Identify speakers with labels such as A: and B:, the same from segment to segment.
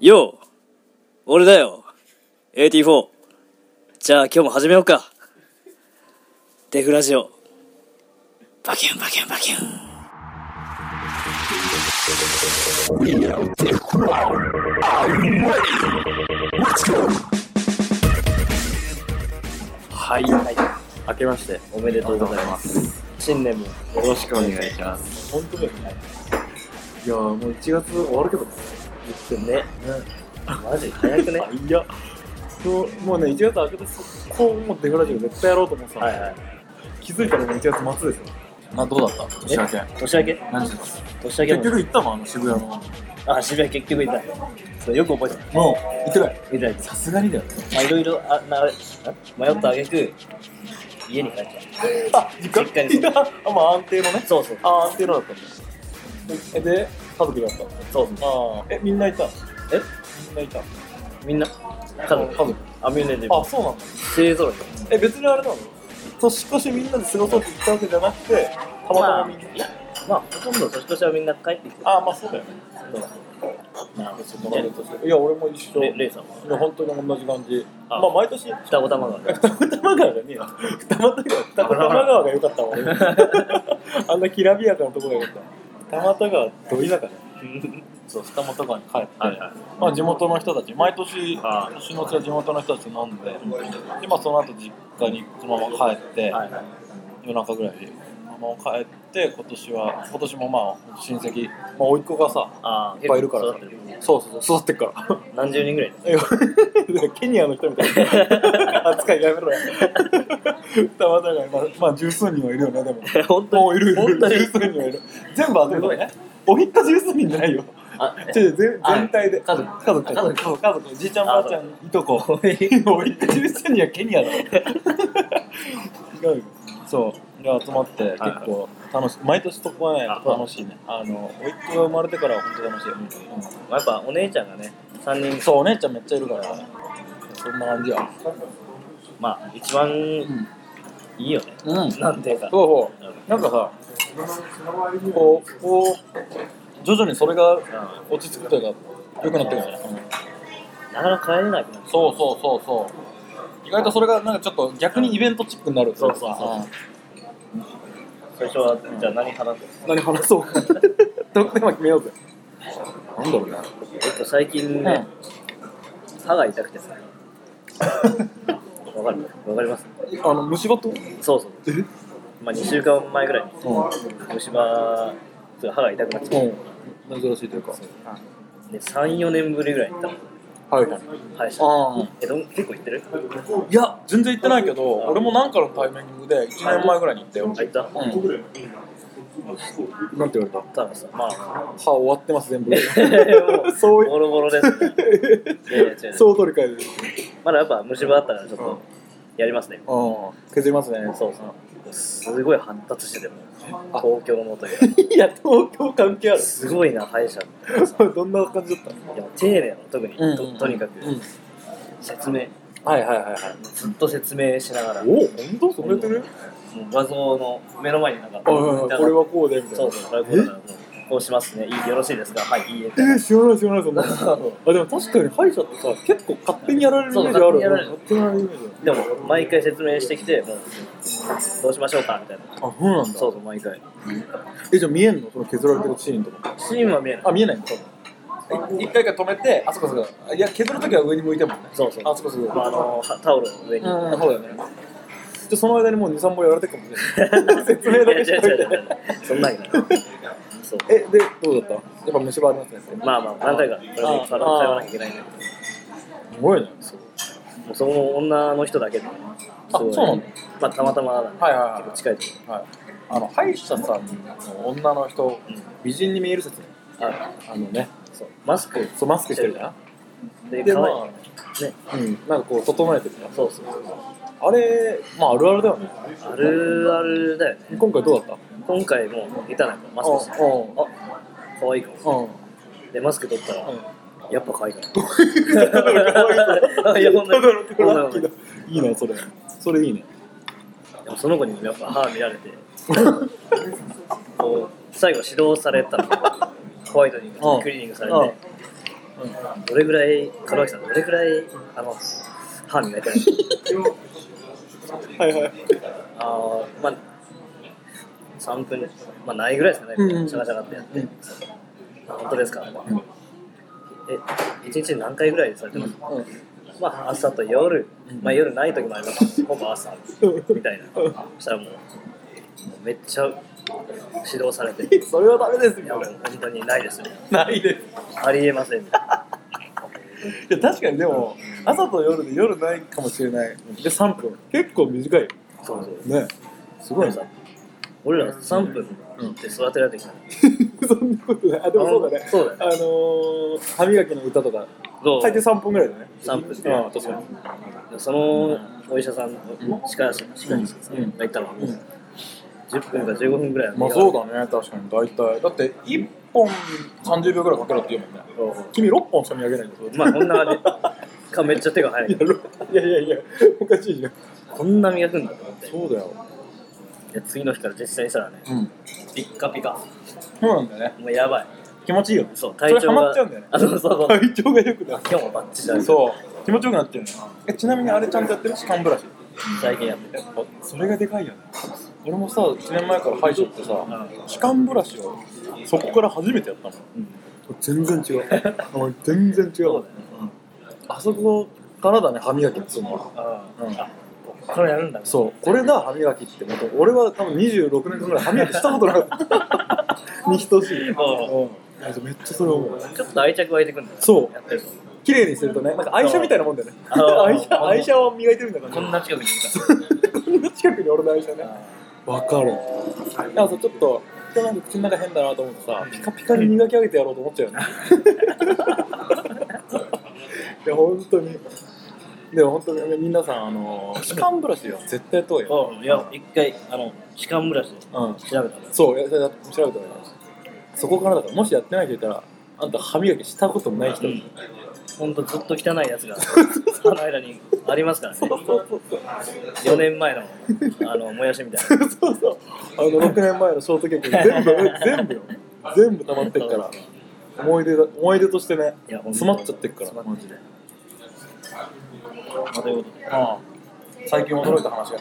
A: よう俺だよ !AT4! じゃあ今日も始めようかデフラジオバキュンバキュンバキュン
B: はい、はい、明けまして
A: おめでとうございます。新年もよ
B: よろしくお願いします
A: 本当だよね。
B: いやーもう1月終わるけど
A: 言ってね。マジ早くね。
B: あいや今日もうね1月明けて速攻もうデフラジオ絶対やろうと思ってたの
A: はいはい。
B: 気づいたらもう1月末ですよ
C: などうだった
A: え
C: 年明け
A: 年明け
C: 何時です
A: 年明
B: 結
A: けも
B: 局行ったもんあの渋谷の
A: あ、渋谷結局いた。そう、よく覚えて
C: もう行ってない
A: た。みたいです。
C: さすがにだよね
A: まあ、いろいろ、あ、な、あ迷ったあげく、家に帰った。
B: あ
A: 実家に
B: いやあまあ安定のね
A: そうそう。
B: あ安定のだったんだでで家族だったの
A: そう
B: ああえみんないたえ
A: え
B: みんないた
A: みんな、家族、
B: 家族
A: アミュネで、
B: あそうなんだ
A: 勢ぞろい。
B: え別にあれなの年越しみんなで過ごそうって言ったわけじゃなくてたまたまみんな、
A: まあ、ほとんど年越しはみんな帰ってきて。
B: ああまあそうだよね
A: なるほ
B: もらえるとしていや俺も一緒
A: レ
B: い
A: レイさんは
B: や本当に同じ感じ
A: あ
B: まあ毎年
A: 双子玉 川。
B: 二子玉川がねえな二子玉川二子玉川が良かったわ俺あんなきらびやかなとこが良かった二子玉川どいだからそう二子玉川に帰って、
A: はいはい。
B: まあ、地元の人たち毎年
A: あ
B: 年のうちは地元の人たちと飲んでで、まあ、その後実家にそのまま帰って、
A: はいはい。
B: 夜中ぐらいにそのまま帰って今年は今年もまあ親戚、まあ、甥っ子がさ
A: ああ、
B: いっぱいいるか
A: 結
B: ら
A: 構育ってる
B: そうそうそう育ってっから
A: 何十人ぐらい
B: えケニアの人みたいな扱いやめろよ。たまたま、まあ、まあ、十数人はいるよね、でも。
A: 本
B: もういるいる
A: 本当に
B: 十数人はいる。全部当てるのね。お一家十数人じゃないよ。
A: あ、
B: ちょ全
A: あ
B: 全体で。
A: 家族
B: 家族、家族、家族、じいちゃん、ばあちゃん、いとこ。
A: おい
B: お一家十数人はケ ニアだろ。違うよそう。で、集まって、結
A: はい
B: 構楽しい。毎年そこはね、
A: あ
B: 楽しいね。あの、おいっ子が生まれてからは本当楽しい。うん
A: やっぱお姉ちゃんがね、三人、
B: そう、お姉ちゃんめっちゃいるから。そんな感じや。
A: まあ、一番いいよね。
B: うん。
A: なんていうか。
B: そ
A: うん
B: うそう。なんかさ、こう、こう、徐々にそれが
A: な
B: 落ち着くというか、良くなってくるよね。
A: かなか帰れなくなる。
B: そうそうそうそう。意外とそれがなんかちょっと逆にイベントチックになるといか
A: そうそうそう
B: うん
A: 最初は、じゃあ何話す
B: 何話そうか。どこでも決めようぜ。なんだろうね。
A: えっと、最近ね、歯が痛くてさ。わかるわかります
B: あの、虫歯と
A: そうそう。
B: え
A: まあ、2週間前ぐらいに
B: う
A: 虫歯、ちょっと歯が痛くなっちゃっ
B: ん。うん。珍しいというか。
A: て、で3、4年ぶりぐらいに行った
B: はいはい。
A: の、歯医者。
B: ああ。
A: え、どん結構行ってる
B: いや、全然行ってないけど、俺もなんかのタイミングで1年前ぐらいに行ったよ
A: あ、。行った
B: うん。なんて言われた
A: たださ、まあ、
B: 歯終わってます、 全部。 そうい
A: ボロボロです、ね。いやいや、違う違
B: う、
A: う
B: そう取り替える。
A: まだやっぱ虫歯あったから、ちょっとやりますね。
B: うん。削りますね。
A: そうそう。すごい発達してても、
B: あ
A: 東京のというか、
B: いや、東京関係ある。
A: すごいな、歯医者って。
B: どんな感じだったの
A: いや丁寧なの特に、ととにかく
B: うん
A: 説明
B: はいはいはいはい。
A: ずっと説明しながらもう
B: お本当それてる
A: 画像の目の前になんか
B: あはいはい
A: だか
B: はいこ
A: ら
B: れはこうで、みたい
A: そ
B: な
A: う。そうそういうことだからもうこうしますねいいよろしいですかはいいいえみ
B: え
A: たいな
B: ー、知らない知らないそん なあでも確かに歯医者ってさ結構勝手にやられるイメージあ
A: そう勝
B: る手にやられるイメージ
A: でも毎回説明してきてもうどうしましょうかみたいな
B: あるあそうなんだ
A: そうそう毎回
B: えじゃあ見えんのその削られてるシーンとか
A: シーンは見えない
B: あ見えないの一一回一回止めてあそこそこいや削るときは上に向いてもんね
A: そうそう
B: あそこそこ
A: まあ、あのはタオルの上に
B: うん、そうだよね。じゃあその間にもう2、3本やられてるかもしれ ない。説明だけしとい
A: いや違う違
B: て。
A: う違うそんなにないそう
B: え、で、どうだったやっぱ虫歯ありますね。
A: まあまあ何回かとりあえず
B: あ
A: 通わなきゃいけないんだけど
B: すごいね。
A: もうその女の人だけで
B: あそうなの
A: まあたまたまなんで
B: はいはいは
A: 結
B: い
A: 構近いとこ
B: はい。あの、歯医者さんの女の人、美人に見える説ね。
A: あ
B: あのね、
A: そうマスク
B: そう、マスクしてるじゃ
A: で
B: ん。で、
A: 可
B: ま
A: 愛いね
B: あ、うん、なんかこう、整えてるじゃ
A: そうそうそ
B: ん。あれ、まあ、あるあるだよね。
A: うあるあるだよね
B: 今回どうだった
A: 今回もいたなんかマスクして
B: うんうん
A: あ可愛いかも
B: うん。
A: でマスク取ったらやっぱ可愛いか
B: う
A: も
B: ん。
A: いやほんとに
B: だろこれ
A: ほん
B: ラッ
A: と
B: キ
A: に
B: ーだいいな、それ。それいいね。
A: でもその子にやっぱ歯見られてこう最後指導されたのホワイトニング
B: うん
A: クリーニングされ
B: うん
A: てどれぐらい、門脇さん、どれぐらい、あの、歯磨いてない
B: はいはい。
A: あーまあ、3分、まあ、ないぐらいですかね、
B: うんうん
A: シャカシャカってやって。
B: うん
A: あ本当ですか、え、1日に何回ぐらいされてます、まあ、朝と夜、まあ、夜ない時もありますほぼ朝、みたいな。そしたらもう、もうめっちゃ指導されて、い
B: それはダメです
A: や、
B: よ
A: もう。本当にないですよ。
B: ないです。
A: ありえません。
B: いや確かにでも朝と夜で夜ないかもしれないで3分結構短いよ
A: そうそう。
B: ねす ごいさ
A: 俺ら3分で育てられてきた、
B: そんなことないあでもそうだね
A: そう
B: あ
A: だ
B: のー、歯磨きの歌とか
A: どう
B: 大抵3分ぐらいだね
A: 3分
B: ああ確かに
A: そのお医者さん歯科歯科医師さんがいたのはもう
B: うん
A: 10分か15分ぐらい
B: まあそうだね確かに大体だって1本30秒ぐらいかけろって言うもんね君6本しか磨けないんですよ
A: まあこんな感じかめっちゃ手が
B: い
A: 入
B: や
A: る
B: ろいやいやいやおかしいじゃん
A: こんな磨くんだと思って
B: そうだよ
A: で次の日から実際したらね
B: うん
A: ピッカピカも
B: そうなんだよね
A: うやばい
B: 気持ちいいよね
A: そう
B: それ
A: 体調
B: ハマ
A: が
B: っちゃうんだよね
A: あそうそうそう
B: 体調が良くなる
A: 今日もバッチリだ
B: そう気持ちよくなっちゃうねえちなみにあれちゃんとやってる歯間ブラシ
A: 最近やってる
B: それがでかいよね俺もさ1年前から歯医者ってさ歯間ブラシをそこから初めてやったの、全然違うおい 全然違う
A: そうだね
B: うんあそこからだね歯磨きっつうのは、
A: あ
B: うん、
A: あこれやるんだ
B: そうこれだ歯磨きってこと俺は多分26年間ぐらい歯磨きしたことなか ったに等しい、うん、めっちゃそれ思う
A: ちょっと愛着湧いてくんだよ
B: そう
A: やってると
B: 綺麗にするとねなんか愛車みたいなもんだよね
A: あー
B: 愛車愛車を磨いてるんだから
A: こんな近くにい
B: こんな近くに俺の愛車ね
A: たから
B: わかる。なんかさ、ちょっと、人なんか口の中変だなと思ってさ、ピカピカに磨き上げてやろうと思っち ゃうよね。いや、本当に。でも本当に、皆さん、あの、歯間ブラシは絶対遠いよ。
A: うんいや一回あの歯間ブラシで
B: うん。
A: 調べたの
B: そう、や調べてもらいます。そこからだから、もしやってない人いたら、あんた歯磨きしたこともない人。
A: うんほんとずっと汚いやつ がその間にありますからね
B: そうそう。
A: 4年前のあのもやしみたいな
B: そうそう。あの、6年前のショートケーキ、全部、全部よ。全部溜まってっから。思い出だ、思い出としてね、
A: いやほんと
B: 詰まっちゃってっから。
A: 詰まっちゃってまあというこ
B: ああ最近驚いた話が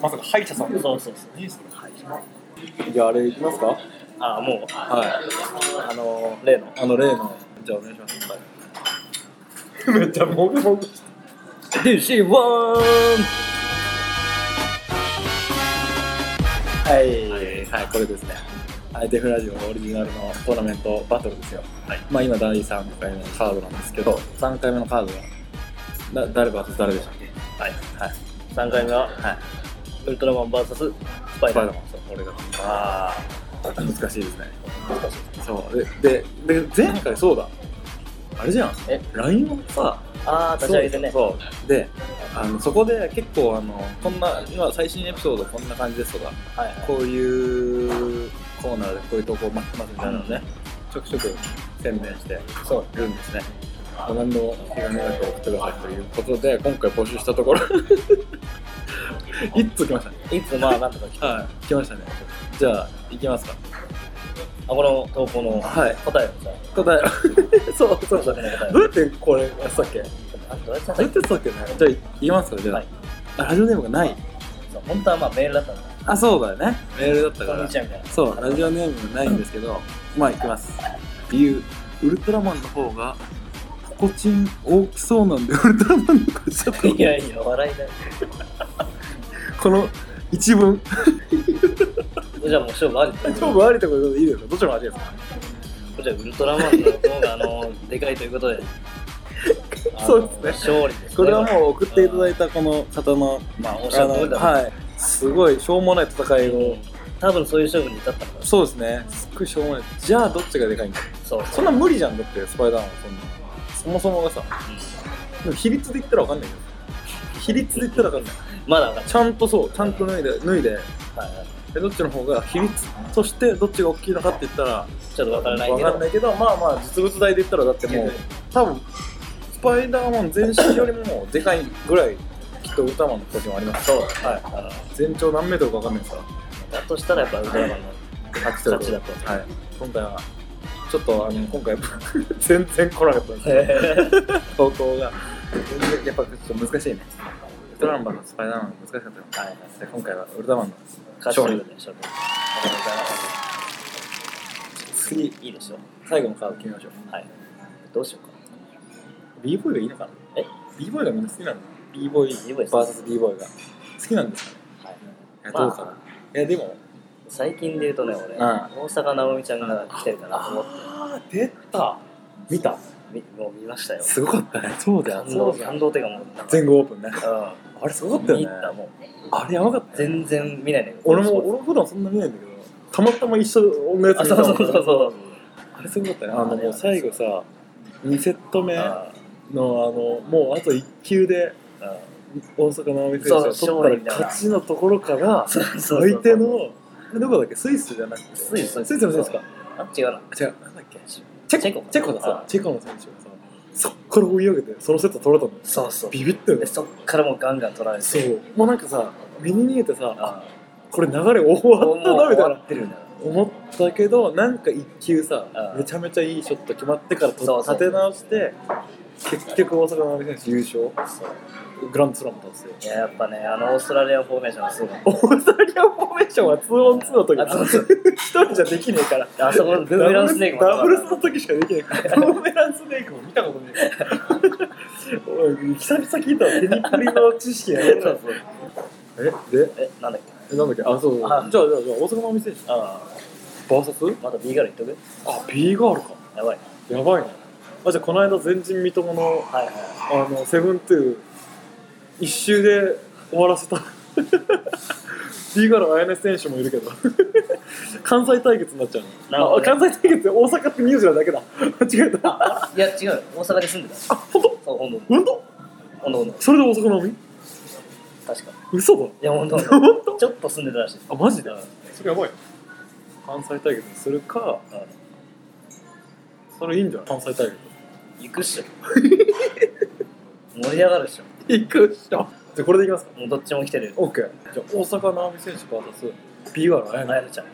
B: まさか歯医者さん
A: とでそうそうそう
B: じゃああれいきますか
A: ああもう
B: はい
A: あの例の
B: あの例のじゃあお願いします、めっちゃもぐもぐして
A: DC1
B: はい、はいこれですねはいデフラジオオリジナルのトーナメントバトルですよ、
A: はい
B: まあ今第3回目のカードなんですけど3回目のカードはだ誰 VS 誰でしたっけ
A: はい
B: はい
A: 3回目は、
B: はい
A: ウルトラマン VS スパ
B: ス
A: イダ
B: パイ
A: ー
B: ダーマンそう俺が
A: あ
B: 難しいですねそうででで前回そうだあれじゃん
A: え
B: LINE をさ
A: ーあー立ち上げてね
B: そうそうであのそこで結構あのこんな今最新エピソードこんな感じですとか
A: はいはい
B: こういうコーナーでこういう投稿待ってますみたいなのをねちょくちょく宣伝して
A: そう
B: るんですねもう何でも気兼ねなく送ってくださいということで今回募集した ところ一通来ましたね
A: いつまあなんとか来たあ
B: はい来ましたねじゃあ行きますか
A: この投稿の
B: はい
A: 答えをさ
B: 答え そうそうそう
A: 答え
B: どうやってこれやってたっけど
A: あどうやって
B: うやってたっけねじゃあ行きますかじゃあ、
A: はい
B: あラジオネームがない
A: そう本当はまあメールだったんだ
B: あそうだよねメールだったか
A: こん
B: ら
A: にちはみたいな
B: そうラジオネームがないんですけどまあ行きます理由ウルトラマンの方が心地大きそうなんでウルトラマンの方がちょっと
A: いやいや笑いだよ
B: この一文
A: じゃあもう勝負ありだよ
B: 超回りたことでいいですかどっちもありですか
A: じゃあウルトラマンの方があのでかいということであの
B: そうです
A: 勝利です、ね、
B: これはもう送っていただいたこの方の
A: まあおっし
B: あ
A: ゃる
B: の
A: 通りだ、
B: はいすごいしょうもない戦いを
A: 多分そういう勝負に至ったのかな
B: そうですねすっごいしょうもないじゃあどっちがでかいんだ
A: そう
B: そんな無理じゃんだってスパイダーマンはそんなそもそもがさでも比率で言ったらわかんないけど比率で言ったらわかんない
A: まだ分かん
B: ちゃんとそうちゃんと脱いで脱いで
A: ない、はいはい
B: えどっちの方が比率としてどっちが大きいのかって言ったら
A: ちょっと分からない
B: わ
A: けど
B: かんないけどまあまあ実物大で言ったらだってもう多分スパイダーマン全身よりももうでかいぐらいきっとウルトラマンの個人はあります
A: そう
B: は
A: あ
B: い全長何メートルかわかんないですから
A: だとしたらやっぱウルトラマンの
B: 勝ちということで
A: 勝ちだ
B: はい今回はちょっとあの今回 全然来なかったんですよ投稿が全然やっぱちょっと難しいねウルトラマンのスパイダーマンが難しかったよ
A: はい
B: で今回はウルトラマンの
A: 勝利
B: 勝利
A: でしょうね
B: 次
A: いいでしょ
B: 最後のカード決めましょう
A: うはいどうしようか
B: b ボーイがいいのかな
A: え
B: b ボーイがみんな好きなの b ボーイ
A: B-boy です
B: VS b ボーイが好きなんですかね
A: はい
B: いや
A: まあ
B: どうかな、いやでも
A: 最近で言うとね俺、
B: うん
A: 大阪なおみちゃんが来てるかなと思って
B: あー出た見た
A: みもう見ましたよ
B: すごかったねそうだ
A: 感動感動っていうかもうなんか
B: 全豪オープンね
A: う
B: あれすごか
A: ん
B: ったよ
A: 見
B: ね
A: 入ったもう
B: あれやばかったよね
A: 全然見ないね
B: 俺も俺も普段そんな見ないんだけどたまたま一緒のやつ
A: あ
B: 見
A: そ
B: た
A: う
B: もん
A: そうそうそう
B: あれすごかったねあのもう最後さ2セット目のあ
A: あ
B: のもうあと1球で
A: ああ
B: 大阪直美選手が
A: そう勝利
B: 取っ
A: み
B: た
A: た
B: ら
A: いな
B: 勝ちのところから
A: そうそうそう
B: 相手のどこだっけスイスじゃなくて
A: スイス
B: スイスの選手か
A: あ違うな
B: 違うなんだっけ
A: チ
B: チェ
A: ェ
B: コ
A: コ
B: チェコださ
A: あ
B: チェコの選手がさそっから追い上げてそのセット取れたの
A: そうそう
B: ビビったよ
A: で
B: ね
A: そっからもうガンガン取られて
B: そうもうなんかさ目に見えてさ
A: あ
B: これ流れ 終わ
A: あもう
B: ったなみ
A: 終
B: たい
A: わ
B: な
A: ってるんだ
B: 思ったけどなんか一球さ
A: うん
B: めちゃめちゃいいショット決まってからと
A: そうそう
B: 立て直して結局大阪の選手優
A: そう
B: 勝グランドスラム達成
A: いややっぱねあのオーストラリアフォーメーションがすごかっ
B: オーストラリアフォーメーションは 2on2 の時
A: たあそうそう
B: 一人じゃできねえから
A: あそこのブーメランスネークも
B: ダブルスの時しかできねえからブーメランスネークも見たことねえからおい久々聞いたわテニプリの知識や
A: そ
B: ね
A: うそう
B: えで
A: えなんだっけ
B: えなんだっけあそうそうじゃあ
A: あ
B: じゃあじゃあ大阪の店でし
A: あ
B: VS?
A: あまだ B から言っとく
B: あ B ガールか
A: やばい
B: やばいねあじゃあこの間前人未到の
A: はいは
B: あのセブントゥー一周で終わらせた B ガラ綾音選手もいるけど 関西対決になっちゃう
A: なるほど
B: の、あ関西対決って大阪って名字なだけだ間違えた
A: いいや違う大阪で住んでたそ
B: あ本当
A: う本当
B: 本当
A: 本当本当
B: それで大阪のみ
A: 確か
B: 嘘だ
A: いや本当本
B: 本
A: 当ちょっと住んでたらしい
B: あマジで
A: うん
B: それやばい関西対決にするか
A: うん
B: それいいんじゃない関西対決
A: 行くっ しょ盛り上がるっしょ
B: 行くっしょじゃあこれでいきますか
A: もうどっちも来てるよ
B: OK じゃあ大阪直美選手 VS B ガラ綾音
A: あやるちゃん
B: こ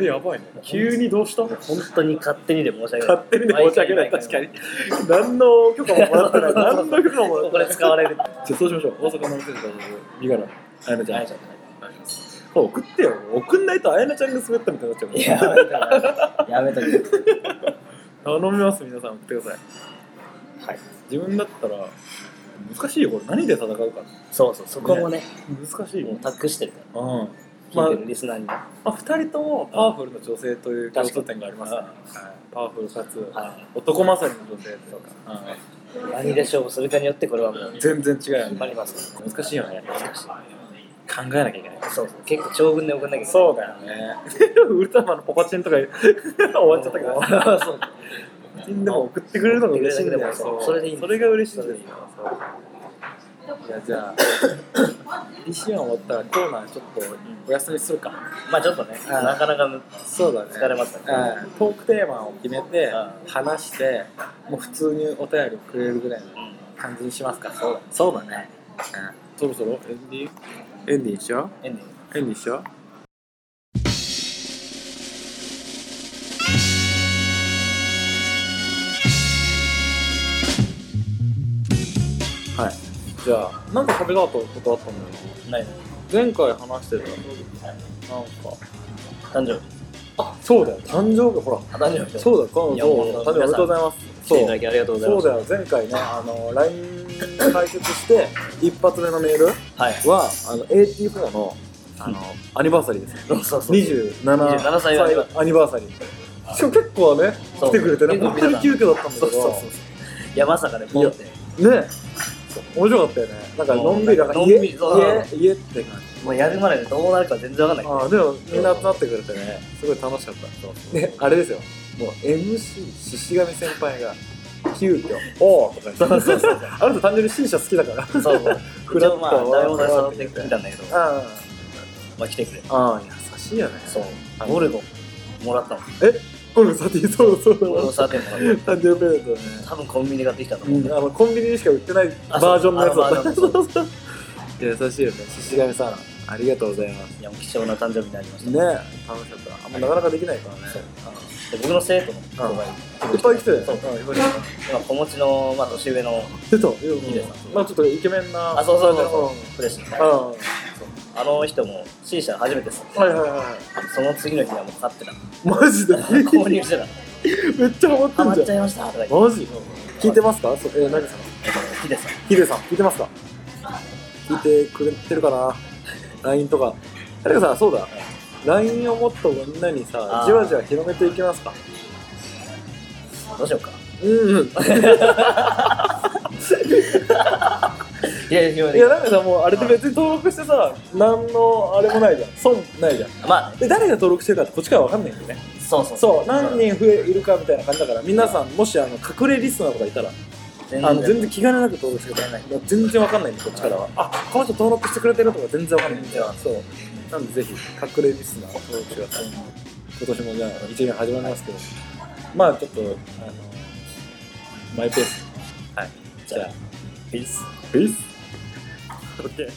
B: れやばいね急にどうした
A: 本当に勝手にで申し訳ない
B: 勝手にで申し訳ない
A: 毎
B: 確か
A: 回
B: に何の許可ももら ってない何の許可ももらっ
A: ここ
B: てな
A: で
B: い
A: 使われるって
B: じゃあそうしましょう大阪の店で身柄あやなちゃん
A: ちゃん
B: そう送ってよ送んないとあやなちゃんが滑ったみたいになっちゃう
A: い
B: か
A: ややめとけやめとけ
B: ら 頼みます皆さん送ってください
A: はい
B: 自分だったら難しいよこれ何で戦うか
A: そうそうそこもね
B: 難しいよ
A: もう
B: うん
A: タッグしてるか
B: ま
A: ら
B: あ
A: 聞いてるリスナーにね
B: まあ2人ともパワフルな女性という共通点がありますねはいパワフルかつ
A: は
B: 男勝りの女性というか
A: い何で勝負するかによってこれはもう
B: うん全然違うよ
A: 決
B: ね
A: まります
B: 難しいよね
A: 難しい
B: 考えなきゃいけない
A: そうそう結構長文で送んなきゃいけない
B: そうだよね ウルトラマンのポコチンとか終わっちゃったけどポ
A: どそう
B: コチンでも送ってくれるのが嬉しいんだよ
A: そうそれでいいん
B: そ
A: です
B: れが嬉しいんですよそういやじゃあリシアン終わったらコーナーちょっとお休みするか
A: まあちょっとね
B: ああ
A: なかなかむ
B: そうだね
A: 疲れましたね
B: うんトークテーマを決めて
A: あ
B: 話してもう普通にお便りをくれるぐらいの感じにしますかそうそうだねそろそろエンディングエンディングしよう
A: エンディング
B: エンディしよう。はい。じゃあ、なんで壁だとことあったんだろう。
A: ないの
B: 前回話してた。なんか。
A: 誕生日
B: あ、そうだよ。誕生日、ほら。
A: あ誕生日
B: そうだよ。彼
A: い
B: 女、
A: やもう
B: そうだよ誕生日おめでとうございます。
A: 来ていた
B: そ
A: だ
B: う。
A: きありがとうござい
B: そ
A: ま
B: う
A: す
B: だよ。前回ね、あの、LINE 解決して、一発目のメール
A: はい
B: は、あの、AT4 の、あの、アニバーサリーですね。
A: そうそうそう
B: 27
A: 27
B: 歳
A: 歳
B: アニバーサリーしかも結構ね
A: そう
B: 来てくれてね
A: 結構
B: 本当に急遽だったんだけ
A: そうそう
B: ど
A: そういやまさかねポンって
B: ね面白かったよねなんかのんびりだから
A: のん
B: 家
A: びりそう
B: 家家って感じ
A: もうやるまでどうなるか全然わかんない
B: ああでもみんな集まってくれてねすごい楽しかったねあれですよもう MC 獅子神先輩が急遽「おお」とか言って
A: そうそう
B: あなた単純に C 社好きだから
A: そうそう
B: フ
A: 一
B: ラッ
A: 応
B: ト
A: まあダメ元で誘ってきたんだけど
B: あ
A: まあ来てくれ
B: あああ優しいよね
A: そうゴルゴもらったの
B: ゴルフサティそうそう
A: ゴルゴ
B: 誕
A: サーテンもらっ
B: 生日プレゼントね
A: た多分コンビニで買ってきたと
B: う、
A: 思うん
B: あのコンビニにしか売ってないバージョンのやつだった
A: あそうあのバージョンの
B: 優しいよね獅子神さんありがとうございます
A: いやもう貴重な誕生日になりまし
B: ね楽しかったあんまなかなかできないからね
A: そう
B: あ
A: で僕の生徒の子がい
B: いっぱい来てたよ
A: そう
B: うんいっぱい
A: て、まあ、子持ちの、まあ、年上の
B: 来てたいやうん
A: いいです
B: まあちょっとイケメンな
A: あそうそうそう
B: うん
A: フレッシュな
B: あ
A: あの人も C 社初めてです
B: あはいはいは
A: その次の日はもう買ってた
B: いマジで
A: 購入してた
B: めっちゃハ
A: ハ
B: マ
A: マ
B: っ
A: って
B: ん
A: ち
B: じ
A: ゃ
B: ゃん
A: いましたとか言って
B: マジ聞いてますかそえ何さん
A: 好きです
B: ヒデさん聞いてますか聞いてくれてるかな LINE とかあれさそうだ LINE をもっとみんなにさ
A: あー
B: じわじわ広めていきますか
A: どうしようか
B: うんうん
A: いやいや
B: いやなんかさもうあれで別に登録してさ何のあれもないじゃん損ないじゃん
A: まあ
B: で誰が登録してるかってこっちから分かんないんだよね
A: そうそう
B: そう何人増えいるかみたいな感じだから皆さんもしあの隠れリスナーとかいたら
A: 全
B: あの全然気兼ねなく登録してください全然わかんないんでこっちからはあこの人登録してくれてるとか全然わかんないんでそうなんでぜひ隠れリスナーを登録してください今年もじゃあ1年始まりますけどまあちょっとあのマイペース
A: じゃあピース
B: ピース
A: OK